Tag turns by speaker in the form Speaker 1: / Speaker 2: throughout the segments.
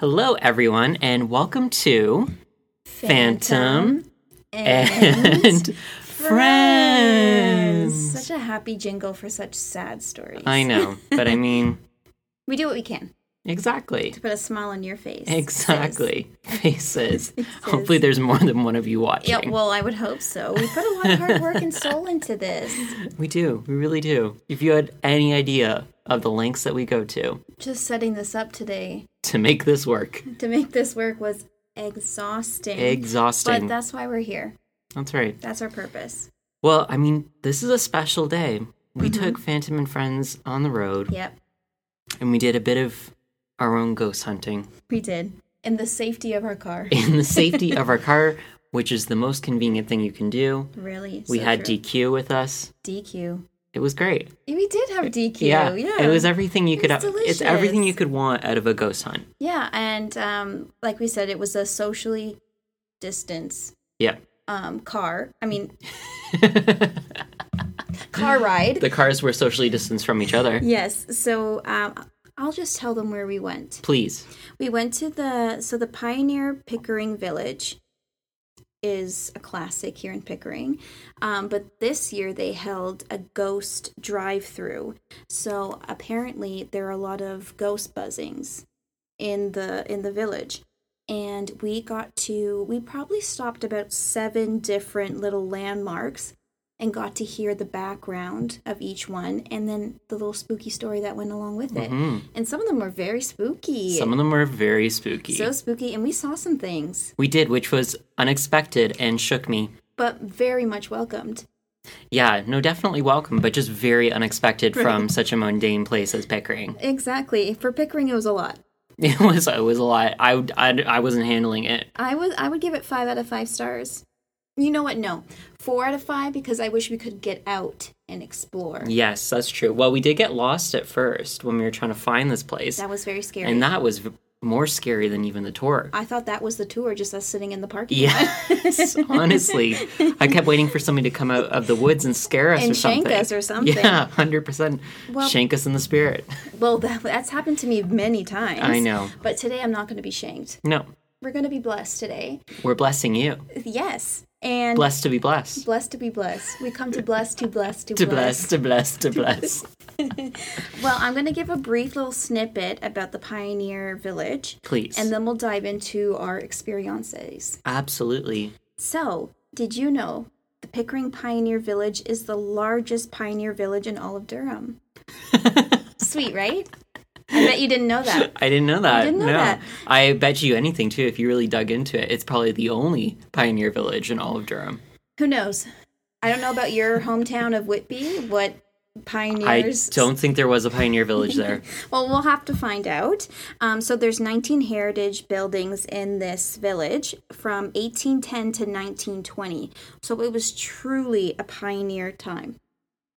Speaker 1: Hello, everyone, and welcome to Phantom,
Speaker 2: and,
Speaker 1: and Friends.
Speaker 2: Such a happy jingle for such sad stories.
Speaker 1: I know, but I mean,
Speaker 2: We do what we can
Speaker 1: exactly.
Speaker 2: to put a smile on your face.
Speaker 1: Exactly. Faces. Hopefully, there's more than one of you
Speaker 2: Yeah,
Speaker 1: watching.
Speaker 2: well, I would hope so. We put a lot of hard work and soul into this.
Speaker 1: we do. We really do. If you had any idea of the lengths that we go to
Speaker 2: Just setting this up today
Speaker 1: to make this work,
Speaker 2: to make this work was exhausting.
Speaker 1: exhausting.
Speaker 2: But that's why we're here.
Speaker 1: That's right.
Speaker 2: That's our purpose.
Speaker 1: Well, I mean, this is a special day. We
Speaker 2: Mm-hmm.
Speaker 1: took Phantom and Friends on the road
Speaker 2: Yep,
Speaker 1: and we did a bit of our own ghost hunting
Speaker 2: we did. In the safety of our car.
Speaker 1: in the safety of our car, which is the most convenient thing you can do.
Speaker 2: Really?
Speaker 1: We
Speaker 2: so
Speaker 1: had
Speaker 2: true.
Speaker 1: DQ with us.
Speaker 2: DQ.
Speaker 1: It was great.
Speaker 2: We did have DQ.
Speaker 1: yeah.
Speaker 2: Yeah,
Speaker 1: It was everything you
Speaker 2: It
Speaker 1: could
Speaker 2: was
Speaker 1: it's everything
Speaker 2: delicious.
Speaker 1: you could want out of a ghost hunt.
Speaker 2: Yeah, and um, like we said, it was a socially distance
Speaker 1: Yeah.
Speaker 2: um, car. I mean, car ride.
Speaker 1: The cars were socially distanced from each other.
Speaker 2: yes. So um, I'll just tell them where we went.
Speaker 1: Please.
Speaker 2: We went to the so the Pioneer Pickering Village is a classic here in Pickering, um, but this year they held a ghost drive-through. So apparently there are a lot of ghost buzzings in the in the village, and we got to we probably stopped about seven different little landmarks and got to hear the background of each one and then the little spooky story that went along with it and some of them were very spooky
Speaker 1: Some of them were very spooky.
Speaker 2: so spooky, and we saw some things,
Speaker 1: we did, which was unexpected and shook me.
Speaker 2: but very much welcomed.
Speaker 1: Yeah, no, definitely welcome, but just very unexpected from such a mundane place as Pickering.
Speaker 2: Exactly. For Pickering, it was a lot.
Speaker 1: It was it was a lot. I would- I, I wasn't handling it.
Speaker 2: I would I would give it five out of five stars. You know what? No, four out of five because I wish we could get out and explore.
Speaker 1: Yes, that's true. Well, we did get lost at first when we were trying to find this place,
Speaker 2: That was very scary.
Speaker 1: and that was v- more scary than even the tour.
Speaker 2: I thought that was the tour, just us sitting in the parking lot
Speaker 1: Yes, honestly, I kept waiting for somebody to come out of the woods and scare us
Speaker 2: and
Speaker 1: or something.
Speaker 2: shank us or something.
Speaker 1: yeah, hundred percent.
Speaker 2: Well-
Speaker 1: Shank us in the spirit.
Speaker 2: Well, that, that's happened to me many times.
Speaker 1: I know.
Speaker 2: But today I'm not going to be shanked.
Speaker 1: No,
Speaker 2: We're going to be blessed today.
Speaker 1: we're blessing you.
Speaker 2: Yes. And
Speaker 1: Blessed to be blessed.
Speaker 2: blessed to be blessed. We come to bless, to bless, to,
Speaker 1: To bless, to bless, to bless.
Speaker 2: Well, I'm going to give a brief little snippet about the Pioneer Village,
Speaker 1: Please.
Speaker 2: and then we'll dive into our experiences.
Speaker 1: Absolutely.
Speaker 2: So, did you know the Pickering Pioneer Village is the largest pioneer village in all of Durham? Sweet, right? I bet you didn't know that.
Speaker 1: I didn't know that.
Speaker 2: didn't know
Speaker 1: no.
Speaker 2: that.
Speaker 1: I bet you anything too, if you really dug into it, it's probably the only pioneer village in all of Durham.
Speaker 2: Who knows? I don't know about your hometown of Whitby, what pioneers
Speaker 1: I don't think there was a pioneer village there.
Speaker 2: Well, we'll have to find out. Um, so there's 19 heritage buildings in this village from 1810 to 1920. So it was truly a pioneer time.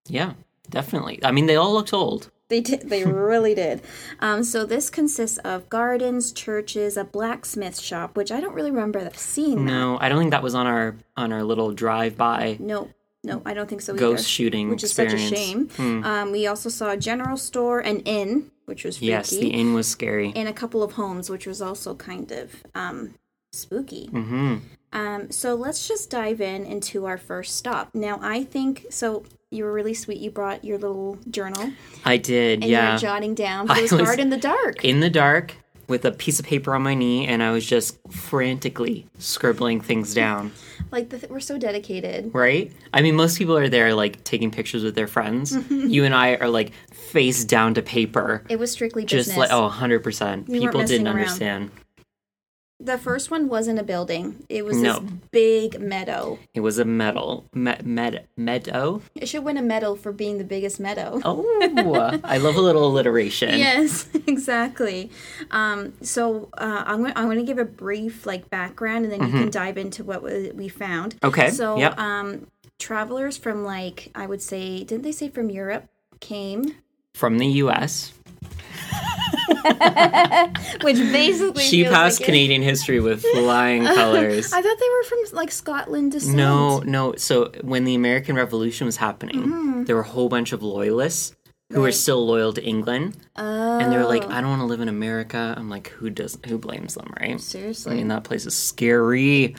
Speaker 1: yeah, definitely. I mean, they all looked old.
Speaker 2: They did. They really did. Um, so this consists of gardens, churches, a blacksmith shop, which I don't really remember seeing. that.
Speaker 1: No, I don't think that was on our on our little drive by.
Speaker 2: No, no, I don't think so.
Speaker 1: Ghost
Speaker 2: either,
Speaker 1: shooting
Speaker 2: which is such a
Speaker 1: experience. Hmm.
Speaker 2: shame. Um, we also saw a general store, an inn, which was freaky.
Speaker 1: Yes, the inn was scary.
Speaker 2: in a couple of homes, which was also kind of um, spooky.
Speaker 1: hmm
Speaker 2: Um, so let's just dive in into our first stop. Now, I think so. You were really sweet. You brought your little journal and
Speaker 1: I did.
Speaker 2: you
Speaker 1: yeah,
Speaker 2: were jotting down.
Speaker 1: I
Speaker 2: It was,
Speaker 1: was-
Speaker 2: hard in the dark.
Speaker 1: in the dark with a piece of paper on my knee, and I was just frantically scribbling things down.
Speaker 2: Like the, we're so dedicated.
Speaker 1: Right? I mean, most people are there like taking pictures with their friends. you and I are like face down to paper.
Speaker 2: It was strictly business.
Speaker 1: Just like oh, 100%.
Speaker 2: We weren't
Speaker 1: People
Speaker 2: messing
Speaker 1: didn't
Speaker 2: around.
Speaker 1: understand.
Speaker 2: The first one wasn't a building. It was
Speaker 1: No.
Speaker 2: this big meadow.
Speaker 1: It was a medal. Me- med- meadow?
Speaker 2: It should win a medal for being the biggest meadow.
Speaker 1: Oh, I love a little alliteration.
Speaker 2: Yes, exactly. Um, so uh, I'm going to I'm going to give a brief like background, and then you can dive into what wa- we found.
Speaker 1: Mm-hmm. Okay,
Speaker 2: So
Speaker 1: yep.
Speaker 2: um, travelers from like I would say, didn't they say from Europe came?
Speaker 1: From the US.
Speaker 2: which basically
Speaker 1: She
Speaker 2: feels
Speaker 1: passed
Speaker 2: like it.
Speaker 1: Canadian history with flying colors.
Speaker 2: I thought they were from like Scotland descent.
Speaker 1: No, no. So when the American Revolution was happening,
Speaker 2: Mm-hmm.
Speaker 1: there were a whole bunch of loyalists who were still loyal to England,
Speaker 2: Oh,
Speaker 1: and they were like, "I don't want to live in America." I'm like, "Who does? Who blames them, right?" I
Speaker 2: seriously.
Speaker 1: mean, that place is scary.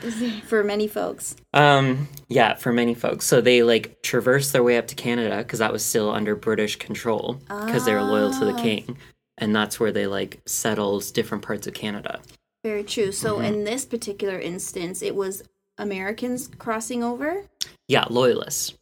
Speaker 2: For many folks.
Speaker 1: Um, yeah, for many folks. So they like traversed their way up to Canada because that was still under British control because they were loyal to the
Speaker 2: Ah.
Speaker 1: king, and that's where they like settled different parts of Canada.
Speaker 2: Very true. So
Speaker 1: Mm-hmm.
Speaker 2: in this particular instance, it was Americans crossing over.
Speaker 1: Yeah, loyalists.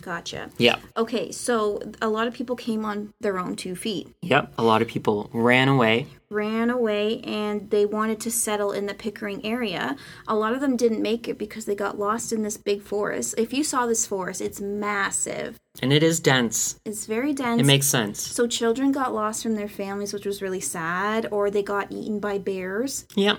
Speaker 2: Gotcha.
Speaker 1: Yeah,
Speaker 2: Okay, so a lot of people came on their own two feet,
Speaker 1: yep. A lot of people ran away.
Speaker 2: ran away, and they wanted to settle in the Pickering area. A lot of them didn't make it because they got lost in this big forest. If you saw this forest, it's massive.
Speaker 1: And it is dense.
Speaker 2: It's very dense.
Speaker 1: It makes sense.
Speaker 2: so children got lost from their families, which was really sad, or they got eaten by bears.
Speaker 1: Yep.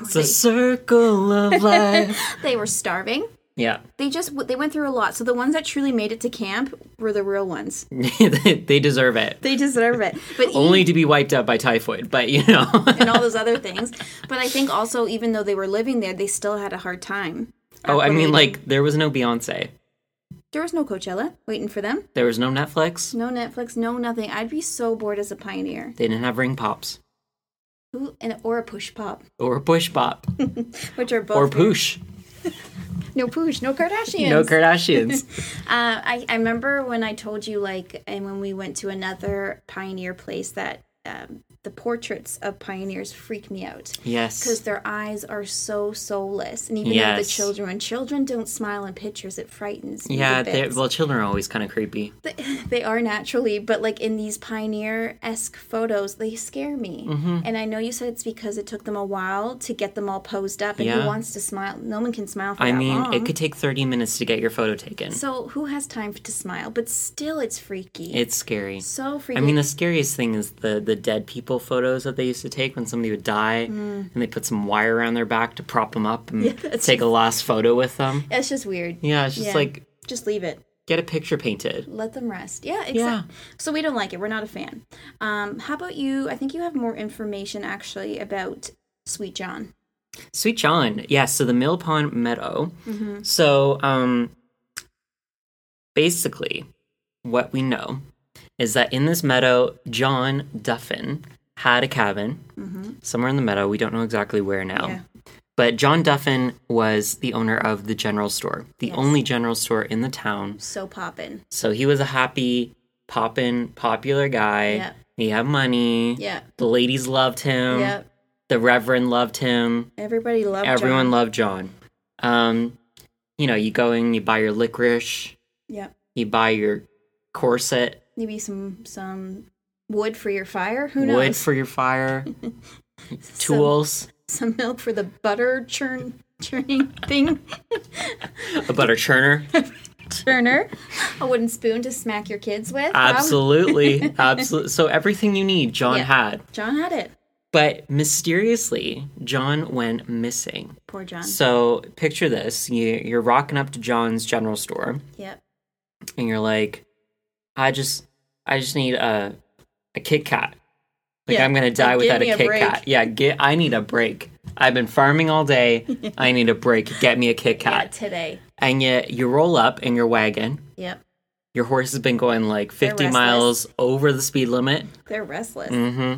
Speaker 1: It's a circle of life.
Speaker 2: They were starving.
Speaker 1: yeah.
Speaker 2: They just they went through a lot. So the ones that truly made it to camp were the real ones.
Speaker 1: they they deserve it.
Speaker 2: They deserve it. But
Speaker 1: Only to be wiped out by typhoid, but you know.
Speaker 2: and all those other things. But I think also, even though they were living there, they still had a hard time.
Speaker 1: oh, I mean,
Speaker 2: Acclimating.
Speaker 1: like, there was no Beyonce.
Speaker 2: there was no Coachella waiting for them,
Speaker 1: There was no Netflix.
Speaker 2: no Netflix, no nothing. I'd be so bored as a pioneer,
Speaker 1: They didn't have ring pops
Speaker 2: Who- and or a push pop,
Speaker 1: or push pop
Speaker 2: which are both
Speaker 1: or poosh.
Speaker 2: no push, no Kardashians.
Speaker 1: No Kardashians.
Speaker 2: Uh, I I remember when I told you like, and when we went to another pioneer place that. Um, the portraits of pioneers freak me out because
Speaker 1: yes.
Speaker 2: their eyes are so soulless, and even though the
Speaker 1: Yes.
Speaker 2: children, when children don't smile in pictures, it frightens me. a
Speaker 1: Yeah,
Speaker 2: bit.
Speaker 1: they're- well, children are always kind of creepy.
Speaker 2: They- they are naturally but like in these pioneer-esque photos they scare me
Speaker 1: Mm-hmm.
Speaker 2: and i know you said it's because it took them a while to get them all posed up and who
Speaker 1: Yeah.
Speaker 2: wants to smile no one can smile for
Speaker 1: I
Speaker 2: that
Speaker 1: mean,
Speaker 2: long.
Speaker 1: it could take 30 minutes to get your photo taken.
Speaker 2: so who has time to smile but still it's freaky
Speaker 1: It's scary.
Speaker 2: so freaky
Speaker 1: I mean, the scariest thing is the the dead people photos that they used to take when somebody would die, and they put some wire around their back to prop them up and
Speaker 2: that's
Speaker 1: take a last photo with them.
Speaker 2: it's just weird
Speaker 1: Yeah, it's just
Speaker 2: Yeah.
Speaker 1: like
Speaker 2: just leave it
Speaker 1: get a picture painted.
Speaker 2: let them rest yeah exactly
Speaker 1: Yeah.
Speaker 2: so we don't like it we're not a fan um how about you i think you have more information actually about sweet john
Speaker 1: Sweet John, yeah. So the Mill Pond Meadow.
Speaker 2: Mm-hmm.
Speaker 1: So um, basically, what we know is that in this meadow, John Duffin had a cabin somewhere in the meadow. We don't know exactly where now.
Speaker 2: Mm-hmm. Yeah.
Speaker 1: But John Duffin was the owner of the general store, the
Speaker 2: Yes.
Speaker 1: only general store in the town.
Speaker 2: so poppin
Speaker 1: So he was a happy, poppin', popular guy.
Speaker 2: Yeah.
Speaker 1: He had money.
Speaker 2: yeah
Speaker 1: The ladies loved him.
Speaker 2: yeah
Speaker 1: The reverend loved him.
Speaker 2: everybody loved
Speaker 1: Everyone
Speaker 2: John.
Speaker 1: loved John. Um, you know, you go in, you buy your licorice,
Speaker 2: yeah
Speaker 1: you buy your corset,
Speaker 2: maybe some some wood for your fire. Who knows?
Speaker 1: wood for your fire, tools,
Speaker 2: Some milk for the butter churn churning thing
Speaker 1: a butter churner.
Speaker 2: churner. A wooden spoon to smack your kids with. Wow.
Speaker 1: Absolutely. Absolutely. So everything you need, John
Speaker 2: Yeah.
Speaker 1: had.
Speaker 2: John had it.
Speaker 1: But mysteriously, John went missing.
Speaker 2: Poor John.
Speaker 1: So picture this you, you're rocking up to John's general store
Speaker 2: Yep.
Speaker 1: and you're like, I just, I just need a, a Kit Kat. Like
Speaker 2: Yeah,
Speaker 1: I'm gonna
Speaker 2: like,
Speaker 1: die
Speaker 2: give
Speaker 1: without a
Speaker 2: me a
Speaker 1: Kit
Speaker 2: break.
Speaker 1: Kat. Yeah, get, I need a break. I've been farming all day. I need a break. Get me a Kit
Speaker 2: Yeah,
Speaker 1: Kat.
Speaker 2: today.
Speaker 1: And you, you roll up in your wagon.
Speaker 2: Yep.
Speaker 1: Your horse has been going like 50
Speaker 2: restless.
Speaker 1: miles over the speed limit.
Speaker 2: They're restless.
Speaker 1: hmm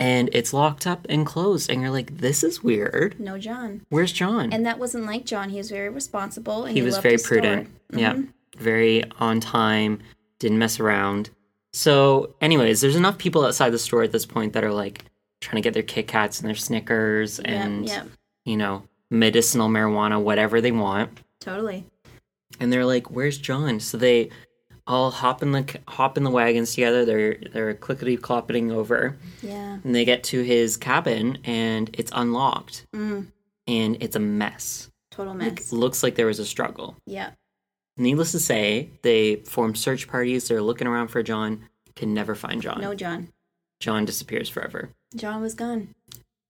Speaker 1: And it's locked up and closed. And you're like, this is weird.
Speaker 2: No John.
Speaker 1: Where's John?
Speaker 2: And that wasn't like John. He was very responsible and he,
Speaker 1: he was
Speaker 2: loved
Speaker 1: very
Speaker 2: his Mm-hmm. store.
Speaker 1: prudent. Yeah. Very on time, didn't mess around. So, anyways, there's enough people outside the store at this point that are like trying to get their Kit Kats and their Snickers and,
Speaker 2: yeah, yeah.
Speaker 1: you know, medicinal marijuana, whatever they want.
Speaker 2: Totally.
Speaker 1: And they're like, "Where's John?" So they all hop in the hop in the wagons together. They're they're clickety clopping over,
Speaker 2: Yeah.
Speaker 1: and they get to his cabin, and it's unlocked,
Speaker 2: Mm.
Speaker 1: and it's a mess.
Speaker 2: Total
Speaker 1: Like,
Speaker 2: mess.
Speaker 1: looks like there was a struggle.
Speaker 2: Yeah.
Speaker 1: Needless to say, they form search parties. They're looking around for John, can never find John.
Speaker 2: No John.
Speaker 1: John disappears forever.
Speaker 2: John was gone.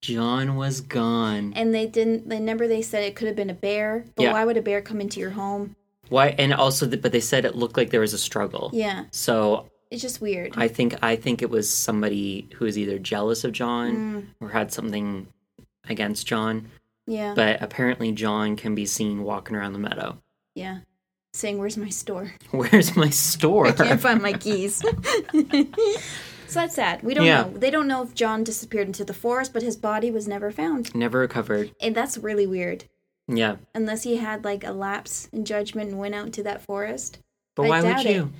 Speaker 1: John was gone.
Speaker 2: And they didn't. They remember they said it could have been a bear, but
Speaker 1: Yeah.
Speaker 2: why would a bear come into your home?
Speaker 1: Why? And also, th- but they said it looked like there was a struggle.
Speaker 2: Yeah,
Speaker 1: So
Speaker 2: It's just weird.
Speaker 1: I think I think it was somebody who was either jealous of
Speaker 2: Mm,
Speaker 1: John or had something against John.
Speaker 2: yeah.
Speaker 1: But apparently John can be seen walking around the meadow.
Speaker 2: yeah. Saying, where's my store?
Speaker 1: Where's my store?
Speaker 2: Can't find my keys. so that's sad. We don't
Speaker 1: Yeah.
Speaker 2: know. They don't know if John disappeared into the forest, but his body was never found.
Speaker 1: Never recovered.
Speaker 2: And that's really weird.
Speaker 1: Yeah.
Speaker 2: Unless he had like a lapse in judgment and went out to that forest.
Speaker 1: But
Speaker 2: I
Speaker 1: why would
Speaker 2: doubt it.
Speaker 1: you?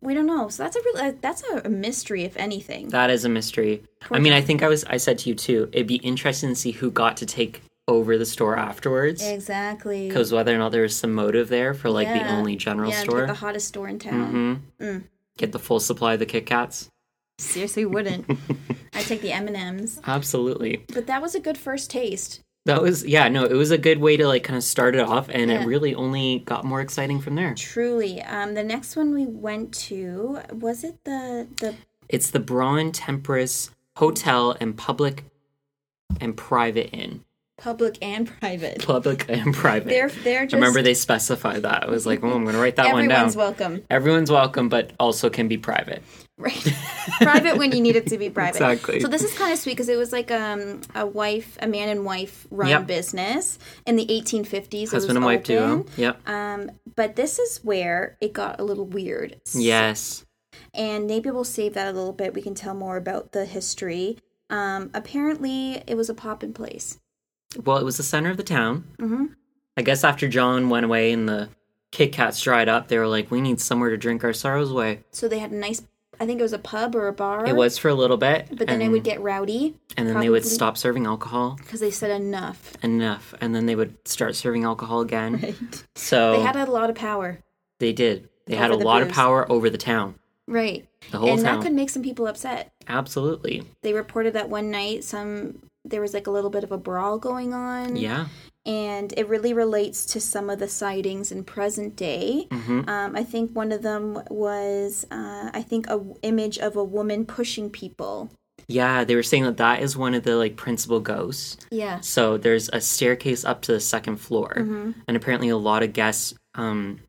Speaker 2: We don't know. So that's a real, uh, that's a, a mystery, if anything.
Speaker 1: That is a mystery. I mean, I think I was I said to you too, it'd be interesting to see who got to take over the store afterwards.
Speaker 2: Eh. exactly.
Speaker 1: Because whether or not there was some motive there for like the
Speaker 2: Yeah.
Speaker 1: only general
Speaker 2: yeah,
Speaker 1: store.
Speaker 2: Like the hottest store in town.
Speaker 1: hmm
Speaker 2: Mm.
Speaker 1: Get the full supply of the Kit Kats.
Speaker 2: Seriously, wouldn't. I take the M and M's.
Speaker 1: Absolutely.
Speaker 2: But that was a good first taste.
Speaker 1: That was yeah, no, it was a good way to like kind of start it off and
Speaker 2: Yeah.
Speaker 1: it really only got more exciting from there.
Speaker 2: Truly. Um, the next one we went to was it the the
Speaker 1: It's the Braun Temperance Hotel and Public and Private Inn.
Speaker 2: public and private.
Speaker 1: Public and private.
Speaker 2: They're they're just
Speaker 1: I remember they specified that. I was like, oh, I'm going to write that one down.
Speaker 2: everyone's welcome.
Speaker 1: Everyone's welcome, but also can be private.
Speaker 2: Right. private when you need it to be private.
Speaker 1: Exactly.
Speaker 2: So this is kind of sweet because it was like um a wife, a man and wife run
Speaker 1: Yep.
Speaker 2: business in the 1850s. It was
Speaker 1: Husband and wife duo.
Speaker 2: open.
Speaker 1: Yep.
Speaker 2: Um, but this is where it got a little weird.
Speaker 1: yes.
Speaker 2: and maybe we'll save that a little bit. We can tell more about the history. Um, apparently, it was a pop in place.
Speaker 1: Well, it was the center of the town.
Speaker 2: Mm-hmm.
Speaker 1: I guess after John went away and the Kit Kats dried up, they were like, we need somewhere to drink our sorrows away.
Speaker 2: So they had a nice, I think it was a pub or a bar.
Speaker 1: It was um, for a little bit.
Speaker 2: But then
Speaker 1: and,
Speaker 2: it would get rowdy
Speaker 1: And then they would
Speaker 2: probably-
Speaker 1: stop serving alcohol
Speaker 2: because they said enough.
Speaker 1: enough. And then they would start serving alcohol again. So Oh.
Speaker 2: They had a lot of power.
Speaker 1: They did. They had a
Speaker 2: Over the
Speaker 1: lot of
Speaker 2: booze.
Speaker 1: power over the town,
Speaker 2: Right.
Speaker 1: the whole
Speaker 2: and
Speaker 1: town.
Speaker 2: that could make some people upset.
Speaker 1: Absolutely.
Speaker 2: They reported that one night some there was like a little bit of a brawl going on.
Speaker 1: Yeah.
Speaker 2: and it really relates to some of the sightings in present day.
Speaker 1: Mm-hmm.
Speaker 2: Um, I think one of them was, uh, I think, a w- image of a woman pushing people.
Speaker 1: Yeah, they were saying that that is one of the like principal ghosts.
Speaker 2: Yeah.
Speaker 1: So there's a staircase up to the second floor,
Speaker 2: Mm-hmm.
Speaker 1: and apparently a lot of guests um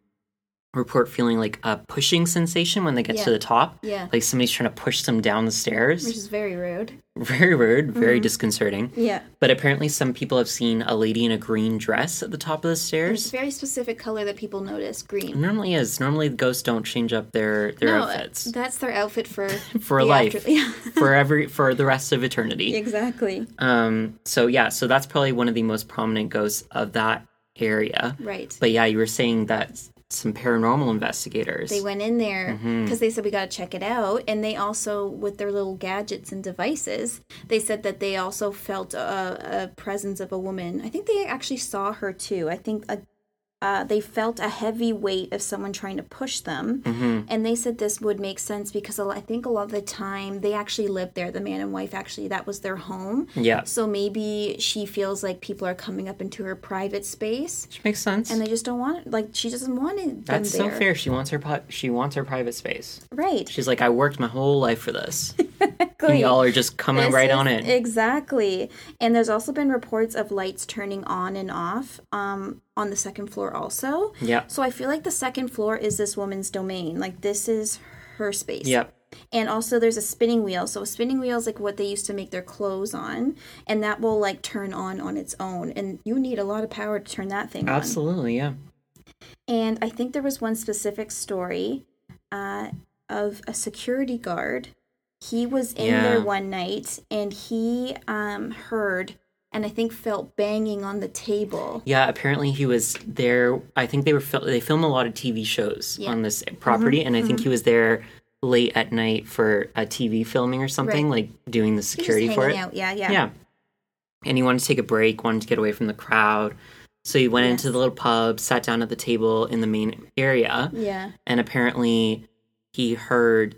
Speaker 1: report feeling like a pushing sensation when they get
Speaker 2: Yeah.
Speaker 1: to the top.
Speaker 2: Yeah.
Speaker 1: Like somebody's trying to push them down the
Speaker 2: Which
Speaker 1: stairs.
Speaker 2: is Mm-hmm. very rude.
Speaker 1: Very rude, very disconcerting.
Speaker 2: Yeah.
Speaker 1: But apparently some people have seen a lady in a green dress at the top of the
Speaker 2: There's a
Speaker 1: stairs.
Speaker 2: very specific color that people notice green.
Speaker 1: Normally is. Normally ghosts don't change up their their
Speaker 2: No, uh,
Speaker 1: outfits.
Speaker 2: that's their outfit for
Speaker 1: for
Speaker 2: the
Speaker 1: life
Speaker 2: after- yeah.
Speaker 1: for every for the rest of eternity
Speaker 2: exactly.
Speaker 1: um so yeah so that's probably one of the most prominent ghosts of that area
Speaker 2: Right.
Speaker 1: but yeah you were saying that s- some paranormal investigators
Speaker 2: they went in there because
Speaker 1: Mm-hmm.
Speaker 2: they said we got to check it out, and they also, with their little gadgets and devices, they said that they also felt a, a presence of a woman. I think they actually saw her too. I think a, uh, they felt a heavy weight of someone trying to push them,
Speaker 1: Mm-hmm.
Speaker 2: and they said this would make sense because a lo- I think a lot of the time they actually lived there. The man and wife actually that was their home.
Speaker 1: yeah
Speaker 2: So maybe she feels like people are coming up into her private space,
Speaker 1: which makes sense
Speaker 2: and they just don't want like she doesn't want it. them
Speaker 1: that's so
Speaker 2: there.
Speaker 1: fair she wants her pot she wants her private space
Speaker 2: right?
Speaker 1: she's like i worked my whole life for this and
Speaker 2: Exactly.
Speaker 1: y'all are just coming
Speaker 2: This
Speaker 1: right
Speaker 2: is-
Speaker 1: on it
Speaker 2: Exactly. And there's also been reports of lights turning on and off um, on the second floor, also.
Speaker 1: yeah
Speaker 2: So I feel like the second floor is this woman's domain. Like, this is her space.
Speaker 1: yeah
Speaker 2: And also, there's a spinning wheel. So, a spinning wheel is like what they used to make their clothes on, and that will like turn on on its own. And you need a lot of power to turn that thing on.
Speaker 1: absolutely yeah
Speaker 2: And I think there was one specific story uh, of a security guard. He was in there
Speaker 1: Yeah.
Speaker 2: one night and he um, heard and I think felt banging on the table.
Speaker 1: Yeah, apparently he was there. I think they were fil- they film a lot of TV shows
Speaker 2: Yeah. Mm-hmm.
Speaker 1: on this property, and I think he was there late at night for a TV filming or something, like doing the
Speaker 2: He was
Speaker 1: security
Speaker 2: just
Speaker 1: for it.
Speaker 2: hanging out. Yeah, yeah.
Speaker 1: Yeah, and he wanted to take a break, wanted to get away from the crowd, so he went into
Speaker 2: Yes.
Speaker 1: the little pub, sat down at the table in the main area,
Speaker 2: Yeah.
Speaker 1: and apparently he heard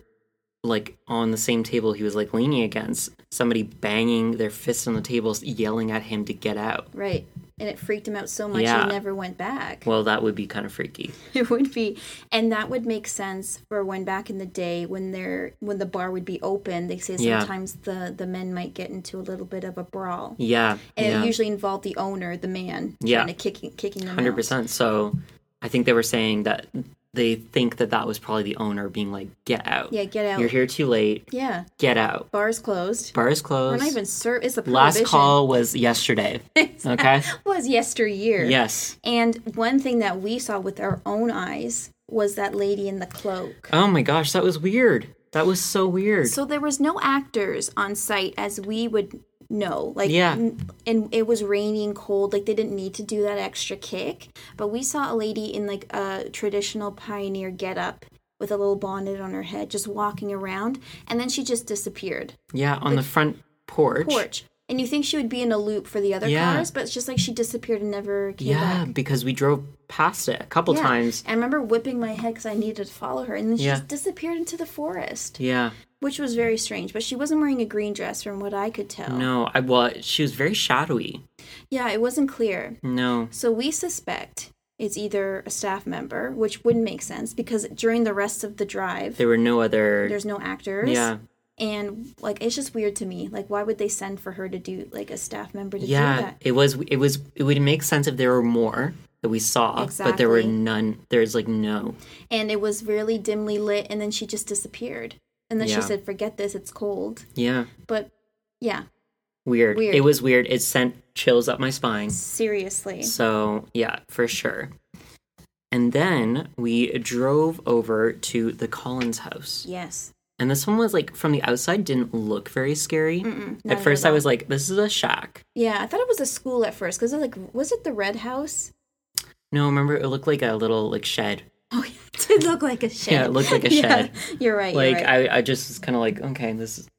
Speaker 1: like on the same table he was like leaning against somebody banging their fist on the tables yelling at him to get out
Speaker 2: Right. And it freaked him out so much
Speaker 1: Yeah.
Speaker 2: he never went back.
Speaker 1: well that would be kind of freaky
Speaker 2: it would be and that would make sense for when back in the day when they're when the bar would be open, they say
Speaker 1: Yeah.
Speaker 2: sometimes the the men might get into a little bit of a brawl.
Speaker 1: yeah
Speaker 2: And
Speaker 1: yeah.
Speaker 2: it usually involved the owner, the man,
Speaker 1: Yeah.
Speaker 2: trying to kicking kicking them
Speaker 1: hundred
Speaker 2: out.
Speaker 1: percent. So I think they were saying that they think that that was probably the owner being like, "Get out!
Speaker 2: Yeah, get out.
Speaker 1: You're here too late.
Speaker 2: yeah.
Speaker 1: Get out!
Speaker 2: Bars closed.
Speaker 1: Bar is closed.
Speaker 2: We're not even serve. It's the
Speaker 1: Last
Speaker 2: prohibition.
Speaker 1: call was yesterday. okay.
Speaker 2: was yesteryear.
Speaker 1: Yes.
Speaker 2: And one thing that we saw with our own eyes was that lady in the cloak.
Speaker 1: Oh my gosh, that was weird. That was so weird.
Speaker 2: So there was no actors on site as we would know. Like
Speaker 1: Yeah.
Speaker 2: n- and it was raining cold, like they didn't need to do that extra kick. But we saw a lady in like a traditional pioneer getup with a little bonnet on her head just walking around and then she just disappeared.
Speaker 1: yeah, on the front porch.
Speaker 2: Porch. And you think she would be in a loop for the other
Speaker 1: Yeah.
Speaker 2: cars, but it's just like she disappeared and never came back.
Speaker 1: Yeah, because we drove past it a couple
Speaker 2: Yeah.
Speaker 1: times.
Speaker 2: I remember whipping my head because I needed to follow her, and then she
Speaker 1: Yeah.
Speaker 2: just disappeared into the forest,
Speaker 1: Yeah.
Speaker 2: which was very strange. But she wasn't wearing a green dress, from what I could tell.
Speaker 1: No, I well, she was very shadowy.
Speaker 2: Yeah, it wasn't clear.
Speaker 1: No.
Speaker 2: So we suspect it's either a staff member, which wouldn't make sense because during the rest of the drive,
Speaker 1: There were no other
Speaker 2: there's no actors.
Speaker 1: Yeah.
Speaker 2: And like it's just weird to me. Like why would they send for her to do like a staff member to do
Speaker 1: Yeah,
Speaker 2: that?
Speaker 1: it was it was it would make sense if there were more that we saw, but there were
Speaker 2: Exactly.
Speaker 1: none. There's like no.
Speaker 2: And it was really dimly lit and then she just disappeared. And then she
Speaker 1: Yeah.
Speaker 2: said, Forget this, it's cold.
Speaker 1: Yeah.
Speaker 2: But yeah,
Speaker 1: Weird.
Speaker 2: Weird.
Speaker 1: It was weird. It sent chills up my spine.
Speaker 2: seriously.
Speaker 1: So, yeah, for sure. And then we drove over to the Collins house.
Speaker 2: Yes.
Speaker 1: And this one was like from the outside didn't look very scary.
Speaker 2: not
Speaker 1: at first I was like this is a shack.
Speaker 2: Yeah, I thought it was a school at first because like, was it the Red House?
Speaker 1: No, remember it looked like a little like shed.
Speaker 2: Oh, yeah, it did look like a shed.
Speaker 1: Yeah, it looked like a shed.
Speaker 2: You're right.
Speaker 1: like
Speaker 2: you're right.
Speaker 1: I, I just was kind of like okay this is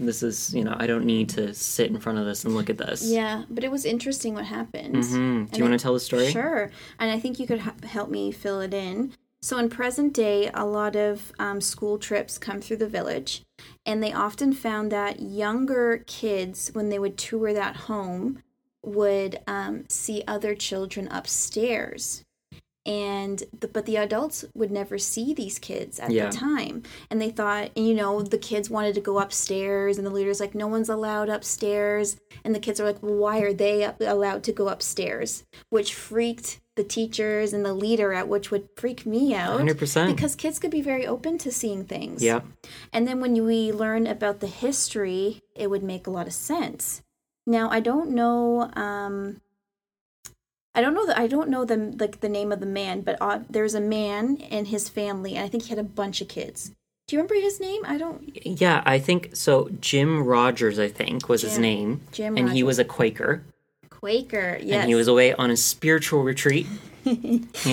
Speaker 1: this is you know i don't need to sit in front of this and look at this
Speaker 2: yeah, but it was interesting what happened.
Speaker 1: hmm do you
Speaker 2: I-
Speaker 1: want to tell the story
Speaker 2: Sure, and I think you could h- help me fill it in. So in present day, a lot of um, school trips come through the village, and they often found that younger kids, when they would tour that home, would um, see other children upstairs and the, but the adults would never see these kids at
Speaker 1: Yeah.
Speaker 2: the time and they thought and you know the kids wanted to go upstairs and the leader's like no one's allowed upstairs and the kids are like well, why are they up, allowed to go upstairs which freaked the teachers and the leader out which would freak me out
Speaker 1: 100%
Speaker 2: because kids could be very open to seeing things
Speaker 1: yeah
Speaker 2: and then when we learn about the history, it would make a lot of sense. Now I don't know. Um, I don't know that I don't know the like the name of the man, but uh, there's a man and his family, and I think he had a bunch of kids. Do you remember his name? I don't.
Speaker 1: yeah i think so jim rogers i think was his
Speaker 2: Jim-
Speaker 1: name
Speaker 2: Jim
Speaker 1: and he was a quaker
Speaker 2: Quaker. Yes.
Speaker 1: and he was away on a spiritual retreat you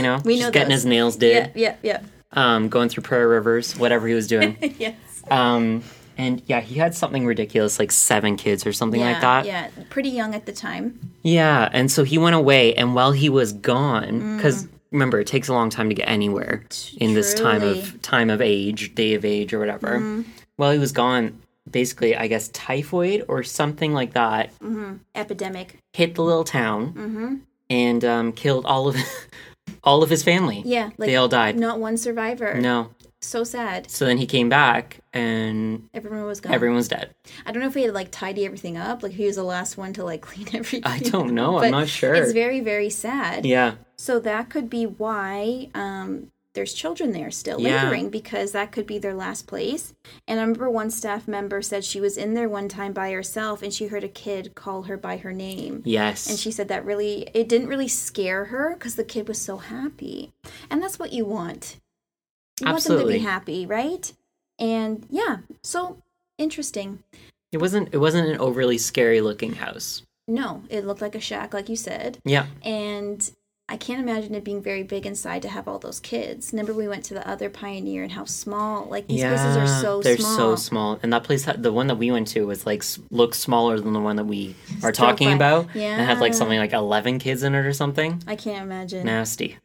Speaker 1: know
Speaker 2: We
Speaker 1: just
Speaker 2: know
Speaker 1: getting
Speaker 2: those.
Speaker 1: his nails
Speaker 2: Yeah.
Speaker 1: did
Speaker 2: Yeah. Yeah.
Speaker 1: um going through prayer rivers whatever he was doing
Speaker 2: yes.
Speaker 1: um and yeah he had something ridiculous like seven kids or something
Speaker 2: yeah,
Speaker 1: like that
Speaker 2: Yeah. Pretty young at the time.
Speaker 1: Yeah, and so he went away, and while he was
Speaker 2: Mm.
Speaker 1: gone, because remember, it takes a long time to get anywhere in this time
Speaker 2: truly. Mm-hmm.
Speaker 1: of time of age, day of age, or whatever. While he was gone, basically, I guess typhoid or something like that
Speaker 2: Epidemic.
Speaker 1: hit the little town
Speaker 2: Mm-hmm.
Speaker 1: and um, killed all of all of his family.
Speaker 2: Yeah. Like
Speaker 1: they all died.
Speaker 2: not one survivor.
Speaker 1: No,
Speaker 2: So sad.
Speaker 1: so then he came back, and
Speaker 2: Everyone was gone.
Speaker 1: everyone's dead.
Speaker 2: I don't know if he had like tidy everything up. Like he was the last one to like clean everything.
Speaker 1: I don't know.
Speaker 2: But
Speaker 1: I'm not sure.
Speaker 2: It's very very sad.
Speaker 1: yeah,
Speaker 2: So that could be why um, there's children there still
Speaker 1: Yeah.
Speaker 2: lingering because that could be their last place. And I remember one staff member said she was in there one time by herself and she heard a kid call her by her name.
Speaker 1: yes,
Speaker 2: And she said that really it didn't really scare her because the kid was so happy, and that's what you want. You want them
Speaker 1: Absolutely.
Speaker 2: to be happy, right? And yeah, so interesting.
Speaker 1: it wasn't it wasn't an overly scary looking house.
Speaker 2: No, it looked like a shack, like you said.
Speaker 1: Yeah.
Speaker 2: And I can't imagine it being very big inside to have all those kids. Remember, we went to the other Pioneer and how small, like these places are so
Speaker 1: they're
Speaker 2: small.
Speaker 1: so small, and that place, had, the one that we went to, was like s- looked smaller than the one that we are talking
Speaker 2: by.
Speaker 1: about. and had like
Speaker 2: Yeah.
Speaker 1: something like eleven kids in it or something.
Speaker 2: I can't imagine.
Speaker 1: Nasty,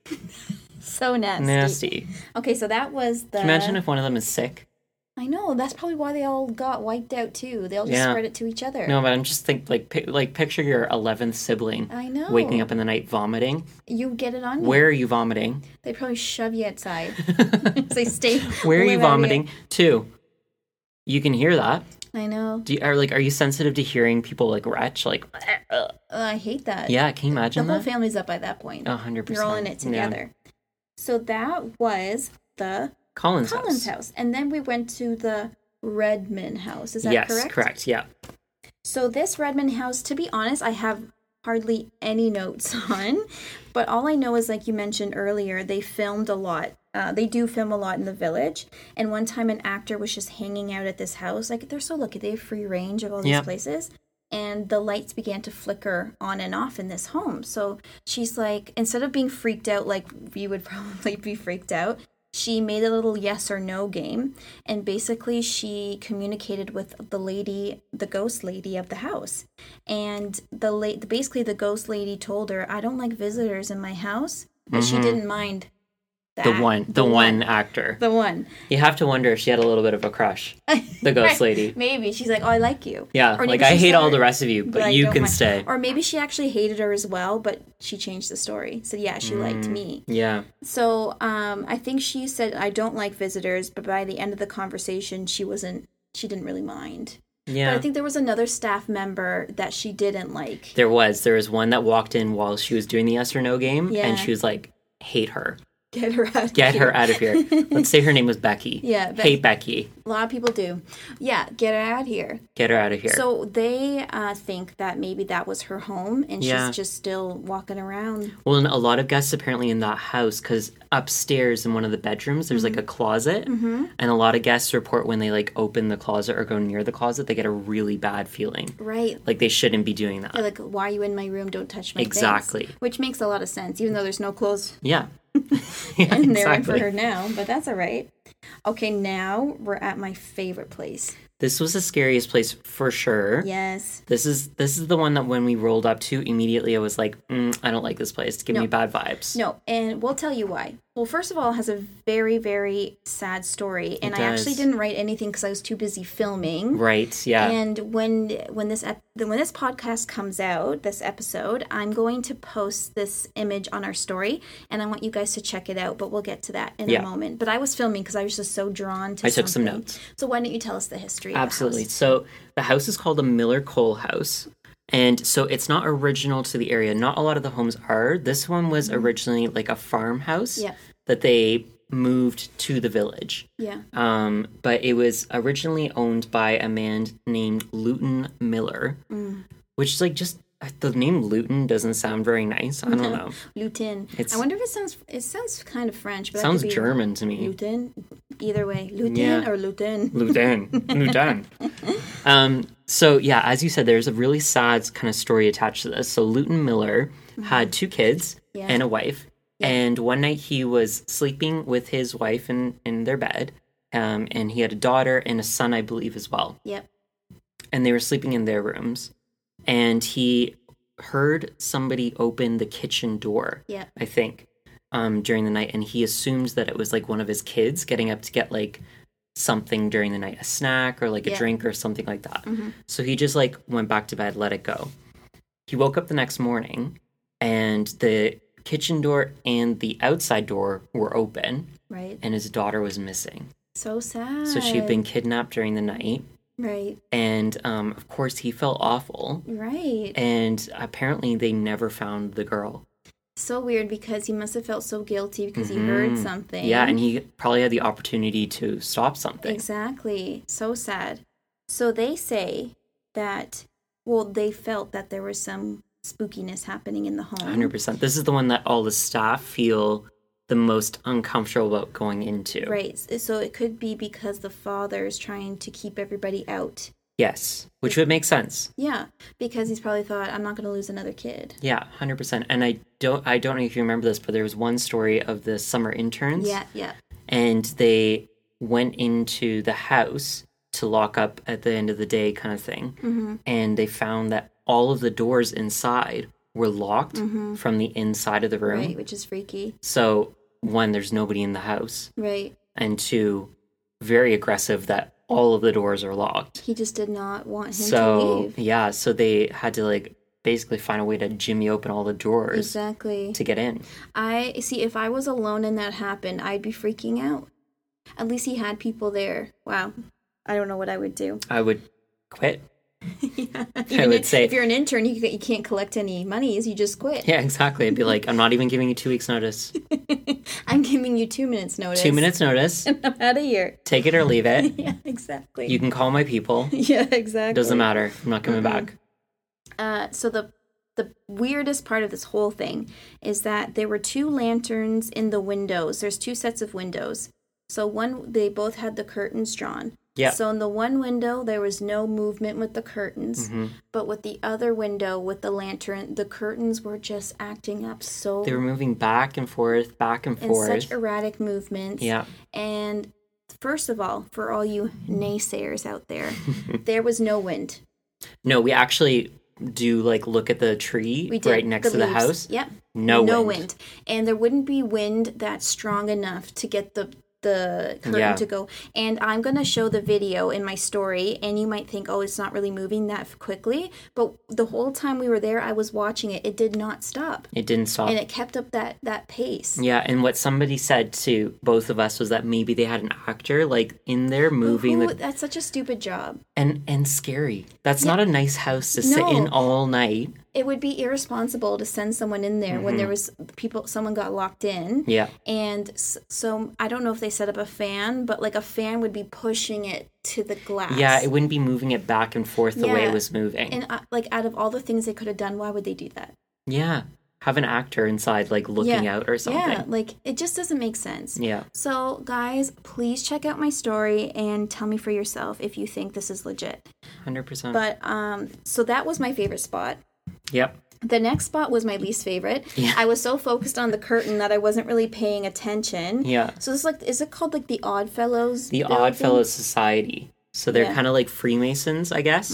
Speaker 2: So nasty.
Speaker 1: nasty.
Speaker 2: Okay, so that was the.
Speaker 1: Can you imagine if one of them is sick?
Speaker 2: I know that's probably why they all got wiped out too. They all just
Speaker 1: Yeah.
Speaker 2: spread it to each other.
Speaker 1: No, but I'm just think like pi- like picture your eleventh sibling
Speaker 2: I know.
Speaker 1: waking up in the night vomiting.
Speaker 2: you get it on. you.
Speaker 1: Where are you vomiting?
Speaker 2: They probably shove you outside. they stay.
Speaker 1: Where are you
Speaker 2: live out here.
Speaker 1: vomiting? Two. You can hear that.
Speaker 2: I know.
Speaker 1: Do you, are like are you sensitive to hearing people like retch? Like,
Speaker 2: Uh, I hate that.
Speaker 1: yeah, can you
Speaker 2: The
Speaker 1: imagine
Speaker 2: whole
Speaker 1: that?
Speaker 2: family's up by that point.
Speaker 1: A hundred percent.
Speaker 2: You're all in it
Speaker 1: Yeah.
Speaker 2: together. So that was the
Speaker 1: Collins,
Speaker 2: Collins
Speaker 1: house.
Speaker 2: house. And then we went to the Redman house. Is that
Speaker 1: yes,
Speaker 2: correct?
Speaker 1: Yeah.
Speaker 2: So this Redmond house, to be honest, I have hardly any notes on, but all I know is like you mentioned earlier, they filmed a lot. Uh, they do film a lot in the village, and one time an actor was just hanging out at this house. Like they're so lucky; they have free range of all these
Speaker 1: Yeah.
Speaker 2: places. And the lights began to flicker on and off in this home. So she's like, instead of being freaked out like we would probably be freaked out, she made a little yes or no game and basically she communicated with the lady the ghost lady of the house and the late basically the ghost lady told her i don't like visitors in my house but she didn't mind
Speaker 1: Mm-hmm. The
Speaker 2: that-
Speaker 1: one, the one actor.
Speaker 2: the one
Speaker 1: You have to wonder if she had a little bit of a crush. The ghost
Speaker 2: Right.
Speaker 1: lady.
Speaker 2: maybe she's like oh i like you
Speaker 1: Yeah,
Speaker 2: Or
Speaker 1: like
Speaker 2: maybe
Speaker 1: I
Speaker 2: she
Speaker 1: hate
Speaker 2: said
Speaker 1: all the
Speaker 2: it,
Speaker 1: rest of you, but
Speaker 2: I
Speaker 1: you
Speaker 2: don't
Speaker 1: can
Speaker 2: mind.
Speaker 1: stay.
Speaker 2: or maybe she actually hated her as well but she changed the story so yeah she liked
Speaker 1: Mm.
Speaker 2: me
Speaker 1: Yeah.
Speaker 2: So um, I think she said, "I don't like visitors," but by the end of the conversation, she wasn't. She didn't really mind.
Speaker 1: Yeah.
Speaker 2: But I think there was another staff member that she didn't like.
Speaker 1: There was. There was one that walked in while she was doing the yes or no game,
Speaker 2: Yeah.
Speaker 1: and she was like, hate her.
Speaker 2: Get her out. of
Speaker 1: Get
Speaker 2: here.
Speaker 1: her out of here. Let's say her name was Becky.
Speaker 2: Yeah, Becky.
Speaker 1: Hate Becky.
Speaker 2: A lot of people do. Yeah, get her out of here.
Speaker 1: Get her out of here.
Speaker 2: So they uh, think that maybe that was her home, and
Speaker 1: Yeah.
Speaker 2: she's just still walking around.
Speaker 1: well, and a lot of guests apparently in that house, because upstairs in one of the bedrooms, there's
Speaker 2: Mm-hmm.
Speaker 1: like a closet, and a lot of guests report when they like open the closet or go near the closet, they get a really bad feeling.
Speaker 2: Right.
Speaker 1: Like they shouldn't be doing that.
Speaker 2: They're like, "Why are you in my room? Don't touch my things."
Speaker 1: Exactly.
Speaker 2: Which makes a lot of sense, even though there's no clothes
Speaker 1: Yeah. yeah
Speaker 2: and they're in for
Speaker 1: exactly.
Speaker 2: her now, but that's all right. Okay, now we're at my favorite place.
Speaker 1: This was the scariest place for sure.
Speaker 2: Yes.
Speaker 1: This is this is the one that when we rolled up to immediately I was like, mm, I don't like this place. Give me bad vibes.
Speaker 2: No, and we'll tell you why. Well, first of all, it has a very, very sad story, and I actually
Speaker 1: does.
Speaker 2: didn't write anything because I was too busy filming.
Speaker 1: Right? Yeah.
Speaker 2: And when when this ep- when this podcast comes out, this episode, I'm going to post this image on our story, and I want you guys to check it out. But we'll get to that in
Speaker 1: Yeah.
Speaker 2: a moment. But I was filming because I was just so drawn to.
Speaker 1: I took some
Speaker 2: something.
Speaker 1: notes.
Speaker 2: So why don't you tell us the history? of the house?
Speaker 1: Absolutely. So the house is called the Miller Cole House. And so it's not original to the area. Not a lot of the homes are. This one was originally like a farmhouse
Speaker 2: Mm-hmm. Yeah.
Speaker 1: that they moved to the village.
Speaker 2: Yeah.
Speaker 1: Um, but it was originally owned by a man named Luton Miller,
Speaker 2: Mm.
Speaker 1: which is like just the name Luton doesn't sound very nice. I don't know.
Speaker 2: Lutin.
Speaker 1: It's-
Speaker 2: I wonder if it sounds it sounds kind of French, but that
Speaker 1: Sounds
Speaker 2: could be
Speaker 1: German to me.
Speaker 2: Lutin. Either way, Lutin
Speaker 1: Yeah.
Speaker 2: or Lutin.
Speaker 1: Ludan. Ludan. um, so, yeah, as you said, there's a really sad kind of story attached to this. So, Luton Miller had two kids
Speaker 2: Mm-hmm. Yeah.
Speaker 1: and a wife. And one night he was sleeping with his wife in, in their bed. Um, and he had a daughter and a son, I believe, as well.
Speaker 2: Yep.
Speaker 1: And they were sleeping in their rooms. And he heard somebody open the kitchen door.
Speaker 2: Yep.
Speaker 1: I think, um, during the night, and he assumed that it was like one of his kids getting up to get like something during the night, a snack or like a
Speaker 2: Yeah.
Speaker 1: drink or something like that. So he just like went back to bed, let it go. He woke up the next morning, and the kitchen door and the outside door were open,
Speaker 2: Right.
Speaker 1: and his daughter was missing.
Speaker 2: So sad.
Speaker 1: So she had been kidnapped during the night,
Speaker 2: right.
Speaker 1: and um, of course he felt awful.
Speaker 2: Right.
Speaker 1: And apparently they never found the girl.
Speaker 2: so weird because he must have felt so guilty because he heard something.
Speaker 1: Mm-hmm. Yeah, and he probably had the opportunity to stop something.
Speaker 2: exactly. So sad. So they say that well, they felt that there was some spookiness happening in the home.
Speaker 1: 100%. This is the one that all the staff feel the most uncomfortable about going into.
Speaker 2: Right. So it could be because the father is trying to keep everybody out.
Speaker 1: Yes, which would make sense.
Speaker 2: Yeah, because he's probably thought, I'm not going to lose another kid.
Speaker 1: Yeah, 100%. And I don't I don't know if you remember this, but there was one story of the summer interns
Speaker 2: Yeah, yeah.
Speaker 1: and they went into the house to lock up at the end of the day kind of thing.
Speaker 2: Mm-hmm.
Speaker 1: And they found that all of the doors inside were locked from the inside of the room.
Speaker 2: Mm-hmm. Right, which is freaky.
Speaker 1: So, one, there's nobody in the house,
Speaker 2: Right.
Speaker 1: and two, very aggressive that all of the doors are locked.
Speaker 2: He just did not want him to
Speaker 1: So,
Speaker 2: leave.
Speaker 1: yeah, so they had to like basically find a way to jimmy open all the doors
Speaker 2: Exactly.
Speaker 1: to get in.
Speaker 2: I see if I was alone and that happened, I'd be freaking out. At least he had people there. Wow. I don't know what I would do.
Speaker 1: I would quit.
Speaker 2: yeah.
Speaker 1: I would say-
Speaker 2: if you're an intern, you, you can't collect any monies. You just quit.
Speaker 1: Yeah, exactly. I'd be like, I'm not even giving you two weeks' notice.
Speaker 2: I'm giving you two minutes notice.
Speaker 1: Two minutes' notice.
Speaker 2: I'm out of here.
Speaker 1: Take it or leave it.
Speaker 2: Yeah, exactly.
Speaker 1: You can call my people.
Speaker 2: yeah, exactly.
Speaker 1: Doesn't matter. I'm not coming back.
Speaker 2: Uh, so the the weirdest part of this whole thing is that there were two lanterns in the windows. There's two sets of windows. So one they both had the curtains drawn.
Speaker 1: Yeah.
Speaker 2: So in the one window there was no movement with the curtains,
Speaker 1: Mm-hmm.
Speaker 2: but with the other window with the lantern, the curtains were just acting up so
Speaker 1: They were moving back and forth, back and
Speaker 2: in
Speaker 1: forth.
Speaker 2: such erratic movements.
Speaker 1: yeah.
Speaker 2: And first of all, for all you naysayers out there, there was no wind.
Speaker 1: No, we actually do like look at the tree
Speaker 2: We did
Speaker 1: right next to the
Speaker 2: leaves.
Speaker 1: house.
Speaker 2: Yep.
Speaker 1: No,
Speaker 2: no
Speaker 1: wind.
Speaker 2: wind. and there wouldn't be wind that's strong enough to get the the curtain
Speaker 1: Yeah.
Speaker 2: to go and i'm going to show the video in my story and you might think oh it's not really moving that f- quickly but the whole time we were there i was watching it it did not stop
Speaker 1: It didn't stop.
Speaker 2: and it kept up that that pace
Speaker 1: yeah, and what somebody said to both of us was that maybe they had an actor like in there moving
Speaker 2: Who-
Speaker 1: the
Speaker 2: that's such a stupid job
Speaker 1: and and scary. That's not a nice house to sit
Speaker 2: No.
Speaker 1: in all night.
Speaker 2: it would be irresponsible to send someone in there when there was people someone got locked in
Speaker 1: Mm-hmm. Yeah.
Speaker 2: and s- so i don't know if they set up a fan but like a fan would be pushing it to the glass
Speaker 1: Yeah, it wouldn't be moving it back and forth the way
Speaker 2: Yeah.
Speaker 1: it was moving.
Speaker 2: And uh, like out of all the things they could have done, why would they do that?
Speaker 1: yeah. Have an actor inside like looking out or
Speaker 2: Yeah,
Speaker 1: something.
Speaker 2: like it just doesn't make sense.
Speaker 1: Yeah.
Speaker 2: So guys, please check out my story and tell me for yourself if you think this is legit.
Speaker 1: 100%.
Speaker 2: But um so that was my favorite spot.
Speaker 1: yep.
Speaker 2: The next spot was my least favorite.
Speaker 1: Yeah.
Speaker 2: I was so focused on the curtain that I wasn't really paying attention.
Speaker 1: Yeah.
Speaker 2: So this is like is it called like the Odd Fellows?
Speaker 1: the
Speaker 2: building?
Speaker 1: Odd Fellows Society. So they're
Speaker 2: Yeah. Mm-hmm.
Speaker 1: kind of like Freemasons, I guess.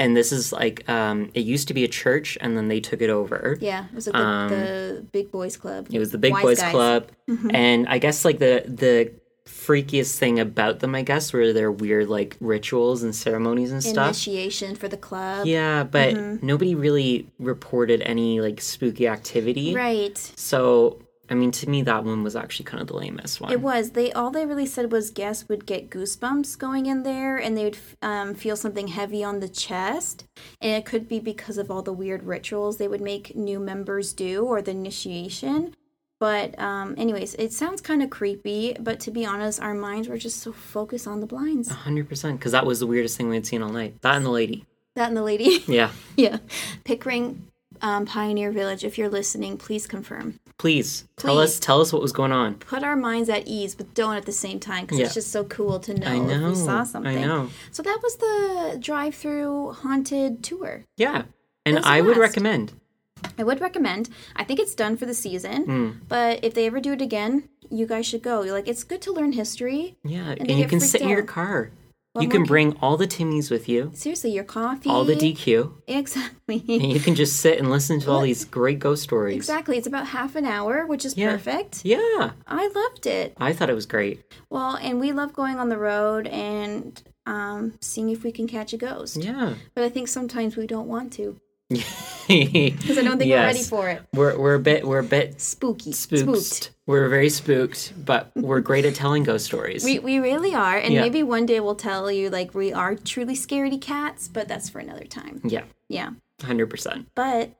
Speaker 1: And this is like um, it used to be a church, and then they took it over.
Speaker 2: Yeah, it was like the, the Big Boys Club.
Speaker 1: um, It was the Big
Speaker 2: Wise
Speaker 1: Boys
Speaker 2: guys. Mm-hmm.
Speaker 1: Club, and I guess like the the freakiest thing about them, I guess, were their weird like rituals and ceremonies and stuff.
Speaker 2: Initiation for the club.
Speaker 1: yeah, but
Speaker 2: Mm-hmm.
Speaker 1: nobody really reported any like spooky activity.
Speaker 2: Right.
Speaker 1: So I mean, to me, that one was actually kind of the lamest one.
Speaker 2: It was. They all they really said was guests would get goosebumps going in there, and they would um, feel something heavy on the chest, and it could be because of all the weird rituals they would make new members do or the initiation. But um, anyways, it sounds kind of creepy. But to be honest, our minds were just so focused on the blinds.
Speaker 1: Hundred percent, because that was the weirdest thing we had seen all night. That and the lady.
Speaker 2: That and the lady.
Speaker 1: Yeah.
Speaker 2: yeah, Pickering um, Pioneer Village. If you're listening, please confirm.
Speaker 1: Please tell us
Speaker 2: Please.
Speaker 1: tell us what was going on.
Speaker 2: Put our minds at ease, but don't at the same time because
Speaker 1: Yeah.
Speaker 2: it's just so cool to know,
Speaker 1: I know.
Speaker 2: if we saw something.
Speaker 1: I know.
Speaker 2: So that was the drive-through haunted tour.
Speaker 1: Yeah. And
Speaker 2: Those
Speaker 1: I would
Speaker 2: last.
Speaker 1: recommend.
Speaker 2: I would recommend. I think it's done for the season,
Speaker 1: Hmm.
Speaker 2: but if they ever do it again, you guys should go. You're like, it's good to learn history.
Speaker 1: Yeah. And,
Speaker 2: they
Speaker 1: you
Speaker 2: get
Speaker 1: can
Speaker 2: freaked
Speaker 1: sit in your
Speaker 2: out.
Speaker 1: car.
Speaker 2: Lot
Speaker 1: you
Speaker 2: more
Speaker 1: can
Speaker 2: peop-
Speaker 1: bring all the Timmies with you,
Speaker 2: Seriously, your coffee.
Speaker 1: all the DQ,
Speaker 2: Exactly.
Speaker 1: and you can just sit and listen to all these great ghost stories.
Speaker 2: exactly. It's about half an hour, which is
Speaker 1: Yeah.
Speaker 2: perfect.
Speaker 1: Yeah.
Speaker 2: I loved it.
Speaker 1: I thought it was great.
Speaker 2: Well, and we love going on the road and um, seeing if we can catch a ghost.
Speaker 1: Yeah.
Speaker 2: But I think sometimes we don't want to
Speaker 1: Because
Speaker 2: because I don't think we're ready for it.
Speaker 1: We're we're a bit we're a bit
Speaker 2: Spooky.
Speaker 1: spooked.
Speaker 2: Spooked.
Speaker 1: We're very spooked, but we're great at telling ghost stories.
Speaker 2: We, we really are, and
Speaker 1: Yeah.
Speaker 2: maybe one day we'll tell you like we are truly scaredy cats, but that's for another time.
Speaker 1: yeah.
Speaker 2: Yeah,
Speaker 1: Hundred percent.
Speaker 2: but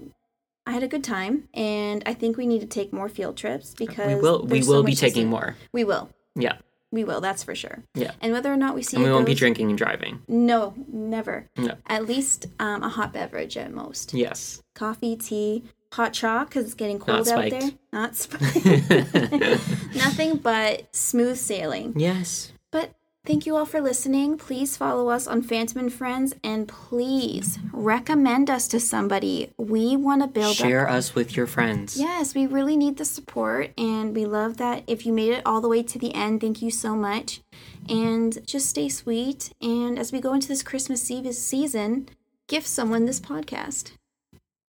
Speaker 2: I had a good time, and I think we need to take more field trips because
Speaker 1: We will we
Speaker 2: there's
Speaker 1: will
Speaker 2: so
Speaker 1: be
Speaker 2: much to
Speaker 1: taking
Speaker 2: see.
Speaker 1: more.
Speaker 2: We will,
Speaker 1: Yeah.
Speaker 2: we will. That's for sure.
Speaker 1: Yeah.
Speaker 2: And whether or not we see,
Speaker 1: And
Speaker 2: a
Speaker 1: we won't be
Speaker 2: ghost-
Speaker 1: drinking and driving.
Speaker 2: No, never.
Speaker 1: No.
Speaker 2: At least um, a hot beverage at most.
Speaker 1: Yes.
Speaker 2: Coffee, tea, hot chalk because it's getting cold out
Speaker 1: spiked.
Speaker 2: there. Not spiked. Nothing but smooth sailing.
Speaker 1: Yes.
Speaker 2: But thank you all for listening. Please follow us on Phantom and Friends and please recommend us to somebody. We want to build up.
Speaker 1: Share us with your friends.
Speaker 2: Yes, we really need the support and we love that. If you made it all the way to the end, thank you so much. And just stay sweet. And as we go into this Christmas Eve season, gift someone this podcast.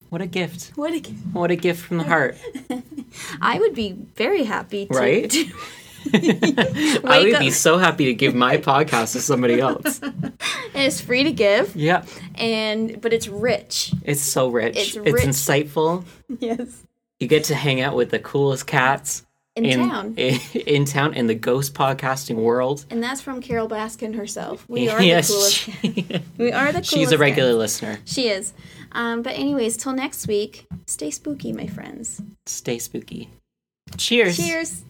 Speaker 1: What a gift.
Speaker 2: What a,
Speaker 1: What a gift from the heart.
Speaker 2: I would be very happy to,
Speaker 1: Right?
Speaker 2: to-
Speaker 1: I
Speaker 2: Wake
Speaker 1: would
Speaker 2: up.
Speaker 1: be so happy to give my podcast to somebody else.
Speaker 2: and it's free to give
Speaker 1: Yeah.
Speaker 2: and but it's rich.
Speaker 1: It's so rich.
Speaker 2: It's
Speaker 1: It's,
Speaker 2: rich.
Speaker 1: insightful.
Speaker 2: Yes.
Speaker 1: You get to hang out with the coolest cats.
Speaker 2: in, town.
Speaker 1: in, in town in the ghost podcasting world.
Speaker 2: and that's from Carol Baskin herself. We are
Speaker 1: yes,
Speaker 2: the coolest.
Speaker 1: she-
Speaker 2: We are the coolest.
Speaker 1: she's a regular
Speaker 2: guys.
Speaker 1: listener.
Speaker 2: She is. Um, but anyways, till next week, stay spooky, my friends.
Speaker 1: Stay spooky. Cheers.
Speaker 2: Cheers.